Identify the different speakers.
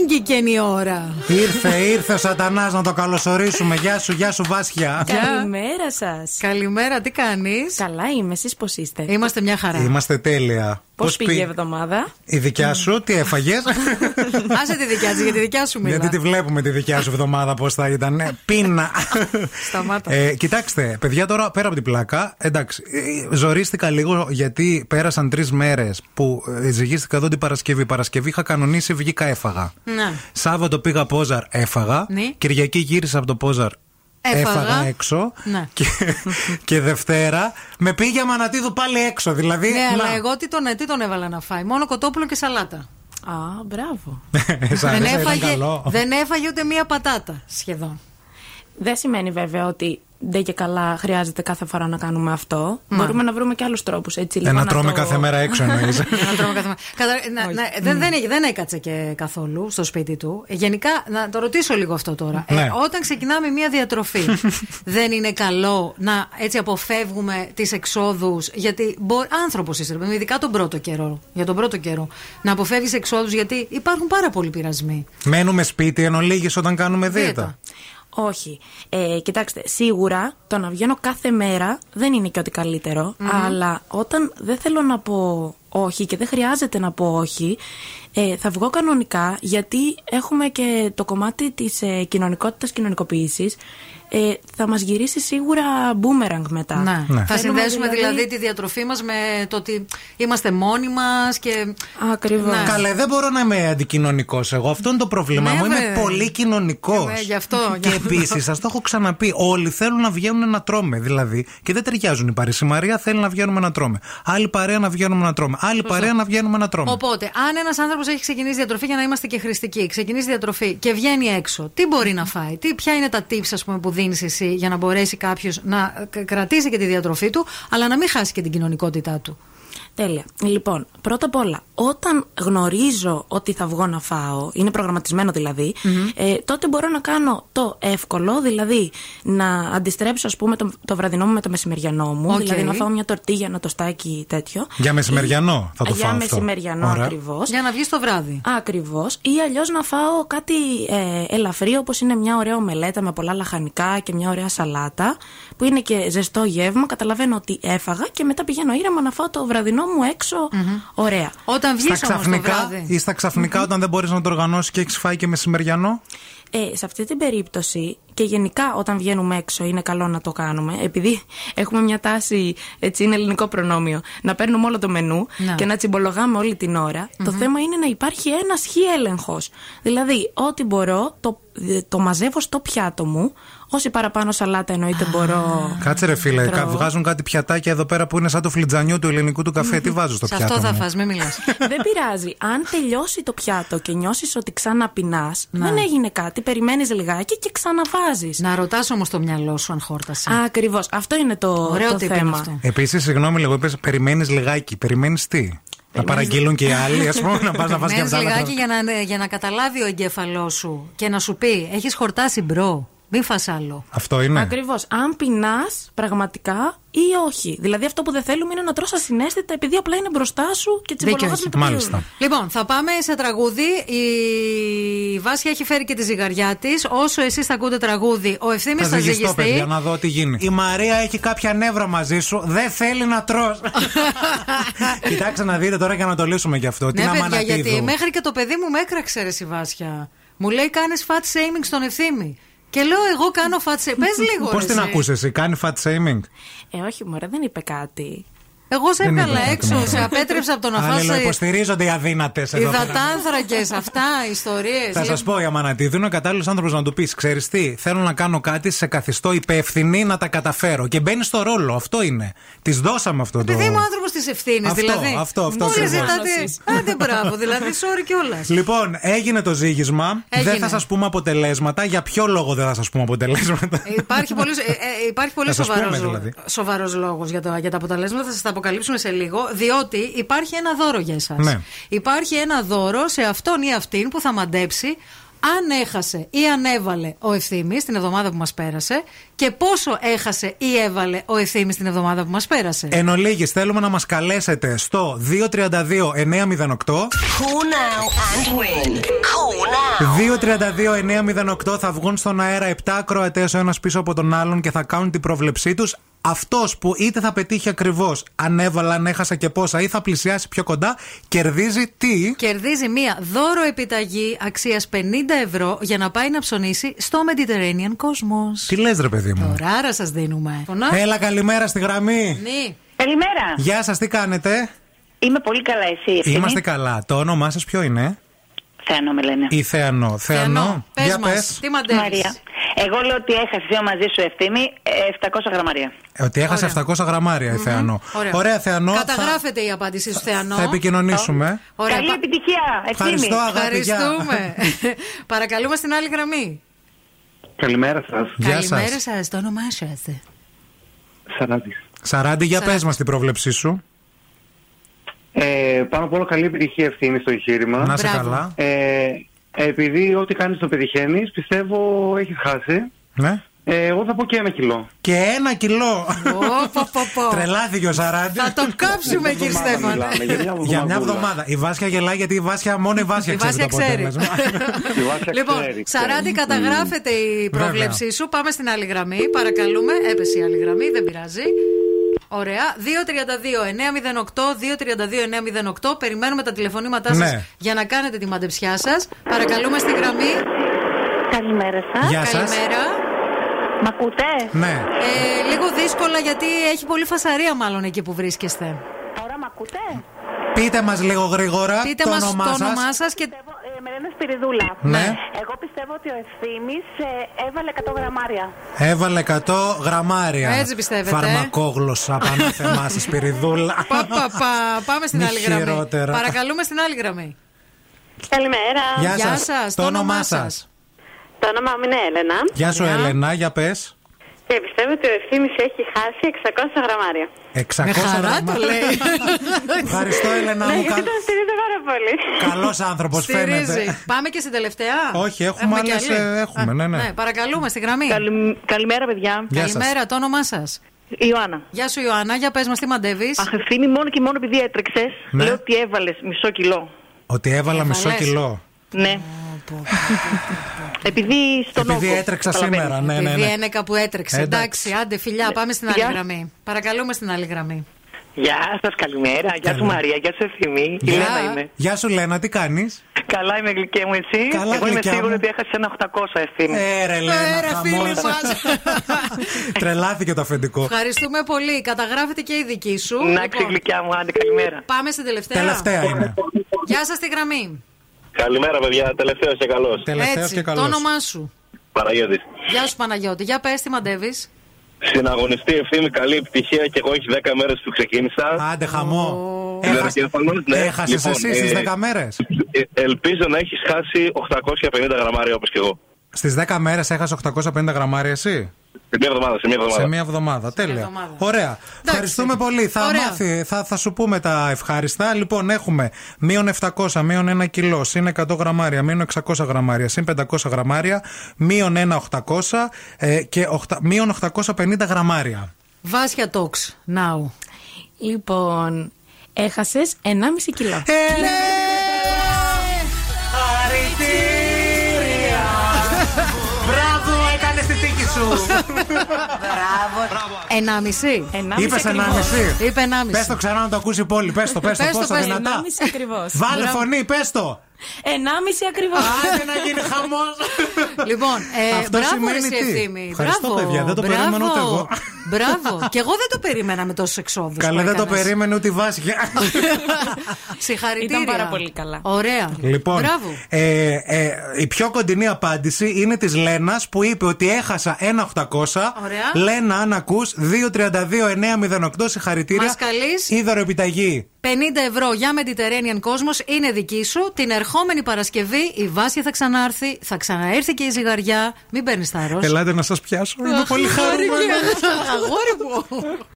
Speaker 1: ήγγικεν η ώρα.
Speaker 2: Ήρθε, ήρθε ο Σατανάς να το καλωσορίσουμε. Γεια σου, γεια σου, Βάσια.
Speaker 1: Γεια.
Speaker 3: Καλημέρα σας.
Speaker 1: Καλημέρα, τι κάνεις.
Speaker 3: Καλά είμαι, εσείς πώς είστε.
Speaker 1: Είμαστε μια χαρά.
Speaker 2: Είμαστε τέλεια.
Speaker 3: Πώς
Speaker 2: Ε, Πώς
Speaker 3: πήγε η
Speaker 2: πή-
Speaker 3: εβδομάδα.
Speaker 2: Η δικιά σου, τι έφαγες.
Speaker 1: Άσε τη δικιά της, για τη δικιά σου μιλά.
Speaker 2: Γιατί τη βλέπουμε τη δικιά σου εβδομάδα πώς θα ήταν. Ε, Πείνα.
Speaker 1: Σταμάτα.
Speaker 2: Ε, κοιτάξτε, παιδιά, τώρα πέρα από την πλάκα, εντάξει, ε, ζορίστηκα λίγο γιατί πέρασαν τρεις μέρες που ε, ζυγίστηκα εδώ την Παρασκευή. Παρασκευή είχα κανονίσει, βγήκα, έφαγα.
Speaker 1: Να.
Speaker 2: Σάββατο πήγα Πόζαρ, έφαγα.
Speaker 1: Ναι.
Speaker 2: Κυριακή γύρισα από το Πόζαρ.
Speaker 1: Έφαγα.
Speaker 2: έξω
Speaker 1: Ναι.
Speaker 2: και, και Δευτέρα με πήγε Αμανατίδου πάλι έξω. Δηλαδή,
Speaker 1: Ναι,
Speaker 2: να.
Speaker 1: αλλά εγώ τι τον, τι τον έβαλα να φάει. Μόνο κοτόπουλο και σαλάτα.
Speaker 3: Α, μπράβο.
Speaker 2: Σ' άρεσε,
Speaker 1: Δεν
Speaker 2: ήταν
Speaker 1: έφαγε,
Speaker 2: καλό.
Speaker 1: δεν έφαγε ούτε μία πατάτα σχεδόν.
Speaker 3: Δεν σημαίνει βέβαια ότι δεν και καλά χρειάζεται κάθε φορά να κάνουμε αυτό. Μπορούμε να βρούμε και άλλους τρόπους. Έτσι λίγο.
Speaker 2: Ε, να
Speaker 3: να
Speaker 2: τρώμε
Speaker 3: το-
Speaker 2: κάθε μέρα έξω εννοείς.
Speaker 1: να τρώμε κάθε μέρα. Κατα- να- να- δεν, δεν, δεν έκατσε και καθόλου στο σπίτι του. Ε, Γενικά, να το ρωτήσω λίγο αυτό τώρα. Ε,
Speaker 2: Ναι.
Speaker 1: όταν ξεκινάμε μία διατροφή, δεν είναι καλό να έτσι αποφεύγουμε τις εξόδους. Γιατί άνθρωπος είσαι, ρε παιδί μου, ειδικά τον πρώτο καιρό. Για τον πρώτο καιρό. Να αποφεύγεις εξόδους, γιατί υπάρχουν πάρα πολλοί πειρασμοί.
Speaker 2: Μένουμε σπίτι εν ολίγης όταν κάνουμε δίαιτα.
Speaker 1: Δίαιτα.
Speaker 3: Όχι. Ε, κοιτάξτε, σίγουρα το να βγαίνω κάθε μέρα δεν είναι και ότι καλύτερο, Αλλά όταν δεν θέλω να πω όχι και δεν χρειάζεται να πω όχι, ε, θα βγω κανονικά γιατί έχουμε και το κομμάτι της ε, κοινωνικότητας, κοινωνικοποίησης. Ε, θα μας γυρίσει σίγουρα μπούμεραγκ μετά.
Speaker 1: Να.
Speaker 2: Ναι.
Speaker 1: Θα
Speaker 3: Θέλουμε
Speaker 1: συνδέσουμε δηλαδή... τη διατροφή μας με το ότι είμαστε μόνοι μας και.
Speaker 3: Ακριβώς.
Speaker 1: Ναι.
Speaker 2: Καλέ, δεν μπορώ να είμαι αντικοινωνικός εγώ. Αυτό είναι το πρόβλημά
Speaker 1: Ναι,
Speaker 2: μου. Είμαι
Speaker 1: βέβαια.
Speaker 2: πολύ κοινωνικός.
Speaker 1: Ναι, γι' αυτό,
Speaker 2: Και
Speaker 1: γι' αυτό.
Speaker 2: επίσης, σας το έχω ξαναπεί, όλοι θέλουν να βγαίνουν να τρώμε. Δηλαδή, και δεν ταιριάζουν οι παρέες. Η Μαρία θέλει να βγαίνουμε να τρώμε. Άλλη παρέα να βγαίνουμε να τρώμε. Άλλη παρέα να βγαίνουμε να τρώμε.
Speaker 1: Οπότε, αν ένας άνθρωπος έχει ξεκινήσει διατροφή, για να είμαστε και χρηστικοί, ξεκινήσει διατροφή και βγαίνει έξω, τι μπορεί να φάει, τι, ποια είναι τα tips ας πούμε, που δίνεις εσύ για να μπορέσει κάποιος να ε, κρατήσει και τη διατροφή του, αλλά να μην χάσει και την κοινωνικότητά του.
Speaker 3: Τέλεια. Λοιπόν, πρώτα απ' όλα, όταν γνωρίζω ότι θα βγω να φάω, είναι προγραμματισμένο δηλαδή, ε, τότε μπορώ να κάνω το εύκολο, δηλαδή να αντιστρέψω ας πούμε το, το βραδινό μου με το μεσημεριανό μου,
Speaker 1: Οκ.
Speaker 3: δηλαδή να φάω μια τορτίγια, ένα τοστάκι τέτοιο. Ε,
Speaker 2: Για μεσημεριανό θα το
Speaker 3: Για
Speaker 2: φάω αυτό.
Speaker 3: μεσημεριανό
Speaker 2: Ωραία.
Speaker 3: ακριβώς.
Speaker 1: Για να βγεις το βράδυ.
Speaker 3: Ακριβώς. Ή αλλιώς να φάω κάτι ε, ελαφρύ, όπως είναι μια ωραία ομελέτα με πολλά λαχανικά και μια ωραία σαλάτα, που είναι και ζεστό γεύμα. Καταλαβαίνω ότι έφαγα και μετά πηγαίνω ήρεμα να φάω το βραδινό μου εξω Ωραία.
Speaker 1: Όταν βγει
Speaker 2: Στα
Speaker 1: όμως το
Speaker 2: ξαφνικά
Speaker 1: βράδυ.
Speaker 2: ή στα ξαφνικά όταν δεν μπορείς να το οργανώσεις και έχεις φάει και μεσημεριανό.
Speaker 3: Ε, σε αυτή την περίπτωση και γενικά όταν βγαίνουμε έξω είναι καλό να το κάνουμε επειδή έχουμε μια τάση, έτσι είναι ελληνικό προνόμιο, να παίρνουμε όλο το μενού
Speaker 1: Να.
Speaker 3: και να τσιμπολογάμε όλη την ώρα. Το θέμα είναι να υπάρχει ένας χι έλεγχος. Δηλαδή ό,τι μπορώ το, ε, το μαζεύω στο πιάτο μου, όση παραπάνω σαλάτα εννοείται μπορώ.
Speaker 2: Κάτσε ρε φίλε,
Speaker 3: Τρώω.
Speaker 2: κα- βγάζουν κάτι πιατάκια εδώ πέρα που είναι σαν το φλιτζανιό του ελληνικού του καφέ. Τι βάζω στο
Speaker 1: Σε
Speaker 2: πιάτο.
Speaker 1: αυτό θα
Speaker 2: μου?
Speaker 1: φας, μην μιλάς.
Speaker 3: δεν πειράζει. Αν τελειώσει το πιάτο και νιώσεις ότι ξαναπεινά,
Speaker 1: Ναι.
Speaker 3: δεν έγινε κάτι. Περιμένεις λιγάκι και ξαναβάζεις.
Speaker 1: να ρωτάς όμως το μυαλό σου αν χόρτασε.
Speaker 3: Ακριβώς. Αυτό είναι το,
Speaker 1: Ναι. Ωραίο
Speaker 3: το
Speaker 1: tip είναι
Speaker 3: θέμα.
Speaker 1: αυτό.
Speaker 2: Επίσης, συγγνώμη λίγο, είπες περιμένεις λιγάκι. Περιμένεις τι. Να παραγγείλουν και οι άλλοι, ας πούμε, να πας να φας και
Speaker 1: Μένεις
Speaker 2: αυτά.
Speaker 1: λιγάκι για να, για να καταλάβει ο εγκέφαλός σου και να σου πει: Έχεις χορτάσει μπρο. Μην φας άλλο.
Speaker 2: Αυτό είναι.
Speaker 3: Ακριβώς. Αν πεινάς πραγματικά ή όχι. Δηλαδή αυτό που δεν θέλουμε είναι να τρως ασυναίσθητα επειδή απλά είναι μπροστά σου και τσιμπολογάς
Speaker 1: έχει.
Speaker 3: με το
Speaker 2: Μάλιστα.
Speaker 3: πιούρι.
Speaker 1: Λοιπόν, θα πάμε σε τραγούδι. Η Βάσια έχει φέρει και τη ζυγαριά της. Όσο εσείς θα ακούτε τραγούδι, ο ευθύνη θα,
Speaker 2: Θα ζυγιστώ, παιδιά,
Speaker 1: ζυγιστεί.
Speaker 2: να δω τι γίνει. Η Μαρία έχει κάποια νεύρα μαζί σου. Δεν θέλει να τρως Κοιτάξτε να δείτε τώρα για να το λύσουμε γι' αυτό. Την
Speaker 1: Ναι, παιδιά,
Speaker 2: Αμανατίδου.
Speaker 1: γιατί μέχρι και το παιδί μου με έκραξε ρε, η Βάσια. Μου λέει κάνεις fat shaming στον ευθύνη. Και λέω, εγώ κάνω fat shaming. Πες λίγο.
Speaker 2: Πώ
Speaker 1: ρε,
Speaker 2: την
Speaker 1: εσύ.
Speaker 2: ακούσες, εσύ, κάνει fat shaming.
Speaker 3: Ε, όχι, μωρέ, δεν είπε κάτι.
Speaker 1: Εγώ σε
Speaker 2: Δεν
Speaker 1: έβγαλα
Speaker 2: είπα
Speaker 1: έξω,
Speaker 2: κάτι.
Speaker 1: σε απέτρεψα από το να φας ε,
Speaker 2: Αλληλοϊποστηρίζονται οι αδύνατες εδώ πέρα.
Speaker 1: Υδατάνθρακε, αυτά, ιστορίες.
Speaker 2: Θα σας πω, η Αμανατίδου είναι ο κατάλληλος άνθρωπος να του πεις: Ξέρεις τι, θέλω να κάνω κάτι, σε καθιστώ υπεύθυνη να τα καταφέρω. Και μπαίνει στο ρόλο, αυτό είναι. Της δώσαμε αυτό το.
Speaker 1: Επειδή είμαι άνθρωπος της ευθύνης,
Speaker 2: Αυτό,
Speaker 1: δηλαδή.
Speaker 2: αυτό, αυτό
Speaker 1: Μόλις
Speaker 2: ακριβώς.
Speaker 1: ζητάτε.
Speaker 3: Μόνος
Speaker 1: Άντε, μπράβο, δηλαδή, sorry κιόλας.
Speaker 2: Λοιπόν, έγινε το ζήγισμα.
Speaker 1: Έγινε.
Speaker 2: Δεν θα σας πούμε αποτελέσματα. Για ποιο λόγο δεν θα σας πούμε αποτελέσματα.
Speaker 1: Υπάρχει πολύ, ε, ε, υπάρχει πολύ
Speaker 2: Θα σας
Speaker 1: σοβαρός,
Speaker 2: πούμε,
Speaker 1: λο-
Speaker 2: δηλαδή.
Speaker 1: σοβαρός λόγος για, το, για τα αποτελέσματα, θα σας τα αποκαλύψουμε σε λίγο, διότι υπάρχει ένα δώρο για εσάς.
Speaker 2: Ναι.
Speaker 1: Υπάρχει ένα δώρο σε αυτόν ή αυτήν που θα μαντέψει αν έχασε ή αν έβαλε ο ευθύμης την εβδομάδα που μας πέρασε και πόσο έχασε ή έβαλε ο ευθύμης την εβδομάδα που μας πέρασε.
Speaker 2: Εν ολίγης, θέλουμε να μας καλέσετε στο 232-908.
Speaker 4: Call now and win. Call
Speaker 2: 2-32-908 θα βγουν στον αέρα 7 ακροατές ο ένας πίσω από τον άλλον και θα κάνουν την πρόβλεψή τους. Αυτός που είτε θα πετύχει ακριβώς αν έβαλα, αν έχασα και πόσα, ή θα πλησιάσει πιο κοντά, κερδίζει τι.
Speaker 1: Κερδίζει μία δώρο επιταγή αξίας 50 ευρώ για να πάει να ψωνίσει στο Mediterranean Cosmos.
Speaker 2: Τι Ε. λες, ρε παιδί μου.
Speaker 1: Τώρα άρα σας δίνουμε. Φωνά.
Speaker 2: Έλα, καλημέρα στη γραμμή.
Speaker 1: Ναι.
Speaker 4: Καλημέρα.
Speaker 2: Γεια σας, τι κάνετε.
Speaker 4: Είμαι πολύ καλά, εσύ. Ευθύμη.
Speaker 2: Είμαστε καλά. Το όνομά σας ποιο είναι,
Speaker 4: Θεανό με λένε.
Speaker 2: ή Θεανό. Θεανό,
Speaker 1: πες
Speaker 2: για
Speaker 1: μας,
Speaker 2: πες.
Speaker 1: τι μαντεύεις.
Speaker 4: Μαρία. Εγώ λέω ότι έχασε δύο μαζί σου ευθύνη 700 γραμμάρια.
Speaker 2: Ότι έχασε 700 γραμμάρια η Θεανό. Θεανό. θα-
Speaker 1: Καταγράφεται η απάντησή σου, Θεανό.
Speaker 2: Θα επικοινωνήσουμε.
Speaker 1: Ωραία,
Speaker 4: Καλή
Speaker 1: πα-
Speaker 4: επιτυχία, ευθύνη.
Speaker 2: Ευχαριστώ, αγάπη. γεια.
Speaker 1: Ευχαριστούμε. Παρακαλούμε στην άλλη γραμμή.
Speaker 5: Καλημέρα σας.
Speaker 2: Γεια
Speaker 1: Καλημέρα
Speaker 2: σας.
Speaker 1: σα, το όνομά σα.
Speaker 5: Σαράντη.
Speaker 2: Σαράντη, για
Speaker 1: Σαράντη.
Speaker 2: πες μας την πρόβλεψή σου.
Speaker 5: Ε, πάνω απ' όλα καλή επιτυχία ευθύνη στο εγχείρημα.
Speaker 2: Να σε
Speaker 1: Μπράβο.
Speaker 2: καλά.
Speaker 5: Ε, επειδή ό,τι κάνεις το πετυχαίνεις, πιστεύω έχει χάσει.
Speaker 2: Ναι.
Speaker 5: Ε, εγώ θα πω και ένα κιλό.
Speaker 2: Και ένα κιλό.
Speaker 1: Ω, πω, πω, πω.
Speaker 2: Τρελάθηκε ο Σαράντη.
Speaker 1: Θα τον κάψουμε, κύριε
Speaker 5: Εβδομάδα
Speaker 1: Στέφανε.
Speaker 5: μιλάμε, Για μια εβδομάδα.
Speaker 2: Για μια εβδομάδα. Η Βάσια γελάει γιατί η Βάσια, μόνο η Βάσια
Speaker 1: Η
Speaker 2: ξέρει.
Speaker 1: Βάσια
Speaker 2: το
Speaker 1: ξέρει.
Speaker 2: αποτέλεσμα.
Speaker 5: Η Βάσια
Speaker 1: λοιπόν,
Speaker 5: ξέρει, ξέρει.
Speaker 1: Σαράντη, καταγράφεται η
Speaker 2: Βέβαια.
Speaker 1: πρόβλεψή σου. Πάμε στην άλλη γραμμή. Παρακαλούμε. Έπεσε η άλλη γραμμή, δεν πειράζει. Ωραία. 232-908, 232-908. Περιμένουμε τα τηλεφωνήματά σας
Speaker 2: Ναι.
Speaker 1: για να κάνετε τη μαντεψιά σας. Παρακαλούμε στη γραμμή.
Speaker 6: Καλημέρα σας.
Speaker 2: Γεια σας.
Speaker 1: Καλημέρα.
Speaker 6: Μ' ακούτε?
Speaker 2: Ναι.
Speaker 1: Ε, λίγο δύσκολα γιατί έχει πολύ φασαρία, μάλλον εκεί που βρίσκεστε.
Speaker 6: Τώρα μ' ακούτε?
Speaker 2: Πείτε μας λίγο γρήγορα
Speaker 1: Πείτε
Speaker 2: το
Speaker 1: μας το
Speaker 2: όνομά σας.
Speaker 1: όνομά σας και.
Speaker 6: Πιστεύω, ε, με λένε Σπυριδούλα.
Speaker 2: Ναι.
Speaker 6: Εγώ πιστεύω ότι ο Ευθύνη έβαλε 100 γραμμάρια.
Speaker 2: Έβαλε 100 γραμμάρια.
Speaker 1: Έτσι πιστεύετε, ε.
Speaker 2: Φαρμακόγλωσσα, πάνω θεμά σα, πυριδούλα.
Speaker 1: Πα, πα, πα. Πάμε στην
Speaker 2: Μη
Speaker 1: άλλη γραμμή.
Speaker 2: χειρότερα.
Speaker 1: Παρακαλούμε στην άλλη γραμμή.
Speaker 6: Καλημέρα.
Speaker 2: Γεια
Speaker 1: Γεια
Speaker 2: σας.
Speaker 1: σας,
Speaker 2: Το όνομά σα.
Speaker 6: Το όνομά μου είναι Έλενα
Speaker 2: Γεια σου,
Speaker 1: Γεια.
Speaker 2: Έλενα, για πες.
Speaker 6: και πιστεύω ότι ο Ευθύνη έχει χάσει 600 γραμμάρια.
Speaker 2: 600
Speaker 1: Με χαρά
Speaker 2: γραμμάρια.
Speaker 1: το λέει.
Speaker 2: Ευχαριστώ, Έλενα
Speaker 6: ναι,
Speaker 2: μου.
Speaker 6: γιατί τον στηρίζω πάρα πολύ.
Speaker 2: Καλός άνθρωπος φαίνεται.
Speaker 1: Στηρίζει. Πάμε και στην τελευταία.
Speaker 2: Όχι, έχουμε
Speaker 1: κι
Speaker 2: άλλες,
Speaker 1: άλλη.
Speaker 2: ε, έχουμε,
Speaker 1: Α,
Speaker 2: ναι, ναι.
Speaker 1: παρακαλούμε στη γραμμή.
Speaker 6: Καλημέρα, παιδιά.
Speaker 2: Γεια σας.
Speaker 1: Καλημέρα, το όνομά σας.
Speaker 6: Ιωάννα.
Speaker 1: Γεια σου, Ιωάννα. Για πες μας, τι μαντεύεις.
Speaker 6: Αχ, ευθύνη μόνο και μόνο επειδή έτρεξες,
Speaker 2: Ναι.
Speaker 6: λέω ότι έβαλες μισό κιλό.
Speaker 2: Ότι έβαλα μισό
Speaker 1: Έβαλες.
Speaker 2: κιλό.
Speaker 6: Ναι. επειδή στον
Speaker 2: Επειδή
Speaker 6: όγκο,
Speaker 2: έτρεξα
Speaker 6: καταλαβαίνεις.
Speaker 2: σήμερα. Ναι, ναι,
Speaker 1: Επειδή
Speaker 2: ναι.
Speaker 1: ένεκα που έτρεξε.
Speaker 2: Εντάξει.
Speaker 1: Εντάξει, άντε, φιλιά, πάμε στην άλλη
Speaker 6: Γεια.
Speaker 1: γραμμή. Παρακαλούμε στην άλλη γραμμή.
Speaker 7: Γεια σας, καλημέρα. Γεια
Speaker 2: Καλημέρα.
Speaker 7: σου Μαρία, γεια σου Ευθυμή. Η
Speaker 2: Γεια.
Speaker 7: Λένα είμαι.
Speaker 2: Γεια σου, Λένα, τι κάνεις.
Speaker 7: Καλά είμαι γλυκέ μου, εσύ.
Speaker 2: Καλά,
Speaker 7: Εγώ είμαι
Speaker 2: γλυκιά μου.
Speaker 7: σίγουρη ότι έχασες ένα 800 ευθύνη.
Speaker 2: Έρε,
Speaker 1: Ε,
Speaker 2: Λένα,
Speaker 1: ρε, φίλοι
Speaker 2: χαμός.
Speaker 1: μας.
Speaker 2: Τρελάθηκε το αφεντικό.
Speaker 1: Ευχαριστούμε πολύ. Καταγράφεται και η δική σου.
Speaker 7: Να
Speaker 4: é
Speaker 1: Λοιπόν,
Speaker 7: ξέρει γλυκιά μου, άντε καλημέρα.
Speaker 1: Πάμε στην τελευταία.
Speaker 2: Τελευταία είναι.
Speaker 1: Γεια σας, τη γραμμή.
Speaker 8: Καλημέρα, παιδιά. Τελευταίος και καλός.
Speaker 2: Τελευταίος
Speaker 1: Έτσι,
Speaker 2: και
Speaker 1: το
Speaker 2: καλός.
Speaker 1: όνομά σου.
Speaker 8: Παναγιώτης.
Speaker 1: Γεια σου, Παναγιώτη. Για πες, τι μαντεύεις.
Speaker 8: Συναγωνιστή ευθύνη, καλή επιτυχία και εγώ έχεις 10 μέρες που ξεκίνησα.
Speaker 2: Άντε, χαμό.
Speaker 8: Είμαι ραδιόφωνος, ναι.
Speaker 2: Έχασες
Speaker 8: Λοιπόν,
Speaker 2: εσύ στι
Speaker 8: ε,
Speaker 2: 10 μέρες.
Speaker 8: Ε, Ελπίζω να έχεις χάσει 850 γραμμάρια όπως και εγώ.
Speaker 2: Στις 10 μέρες έχασες 850 γραμμάρια εσύ.
Speaker 8: Σε μία εβδομάδα, σε μία
Speaker 2: Σε
Speaker 8: εβδομάδα.
Speaker 2: μία εβδομάδα. Τέλεια.
Speaker 1: εβδομάδα.
Speaker 2: Ωραία. Ευχαριστούμε πολύ. Θα,
Speaker 1: Ωραία.
Speaker 2: μάθει, θα, θα σου πούμε τα ευχάριστα. Λοιπόν, έχουμε μείον 700, μείον 1 κιλό, συν 100 γραμμάρια, μείον 600 γραμμάρια, συν 500 γραμμάρια, μείον 1 800 ε, και οχτα- μείον 850 γραμμάρια.
Speaker 1: Βάσια Talks now.
Speaker 3: Λοιπόν, έχασες 1,5 κιλό.
Speaker 1: Ε,
Speaker 2: Ε, Χαρητήρια! Μπράβο, έκανε τη τύχη σου!
Speaker 1: 1,5.
Speaker 3: 1,5
Speaker 2: Είπες
Speaker 3: ακριβώς.
Speaker 2: 1,5.
Speaker 1: Είπε 1,5.
Speaker 2: Πες το ξανά να το ακούσει η πόλη. Πες το, πες το,
Speaker 1: Πες το,
Speaker 2: πόσο
Speaker 1: πες το.
Speaker 2: δυνατά.
Speaker 3: 1,5 ακριβώς.
Speaker 2: Βάλε φωνή, πες το.
Speaker 3: 1,5 ακριβώς.
Speaker 2: Άντε να γίνει χαμός.
Speaker 1: Λοιπόν, ε,
Speaker 2: Αυτό
Speaker 1: μπράβο
Speaker 2: σημαίνει
Speaker 1: ρε, εσύ,
Speaker 2: τι?
Speaker 1: Ευθύμη.
Speaker 2: Ευχαριστώ,
Speaker 1: μπράβο,
Speaker 2: παιδιά, δεν το
Speaker 1: μπράβο,
Speaker 2: περίμενα ούτε εγώ.
Speaker 1: Μπράβο. Και εγώ δεν το περίμενα με τόσους εξόδους.
Speaker 2: Καλέ, δεν το περίμενε ούτε η Βάσια.
Speaker 1: Συγχαρητήρια.
Speaker 3: Ήταν πάρα πολύ καλά.
Speaker 1: Ωραία.
Speaker 2: Λοιπόν,
Speaker 1: Μπράβο.
Speaker 2: ε, ε, η πιο κοντινή απάντηση είναι της Λένας που είπε ότι έχασα 1.800.
Speaker 1: Ωραία.
Speaker 2: Λένα, αν ακούς, 2.32.908. Συγχαρητήρια.
Speaker 1: Μας καλείς.
Speaker 2: Είδωρο επιταγή.
Speaker 1: 50 ευρώ για Mediterranean Cosmos είναι δική σου. Την ερχόμενη Παρασκευή η Βάσια θα ξανάρθει, θα ξαναέρθει και η ζυγαριά. Μην παίρνεις τα
Speaker 2: Ελάτε να σας πιάσω. Είμαι πολύ χαρούμενος.
Speaker 1: Αγόρι μου.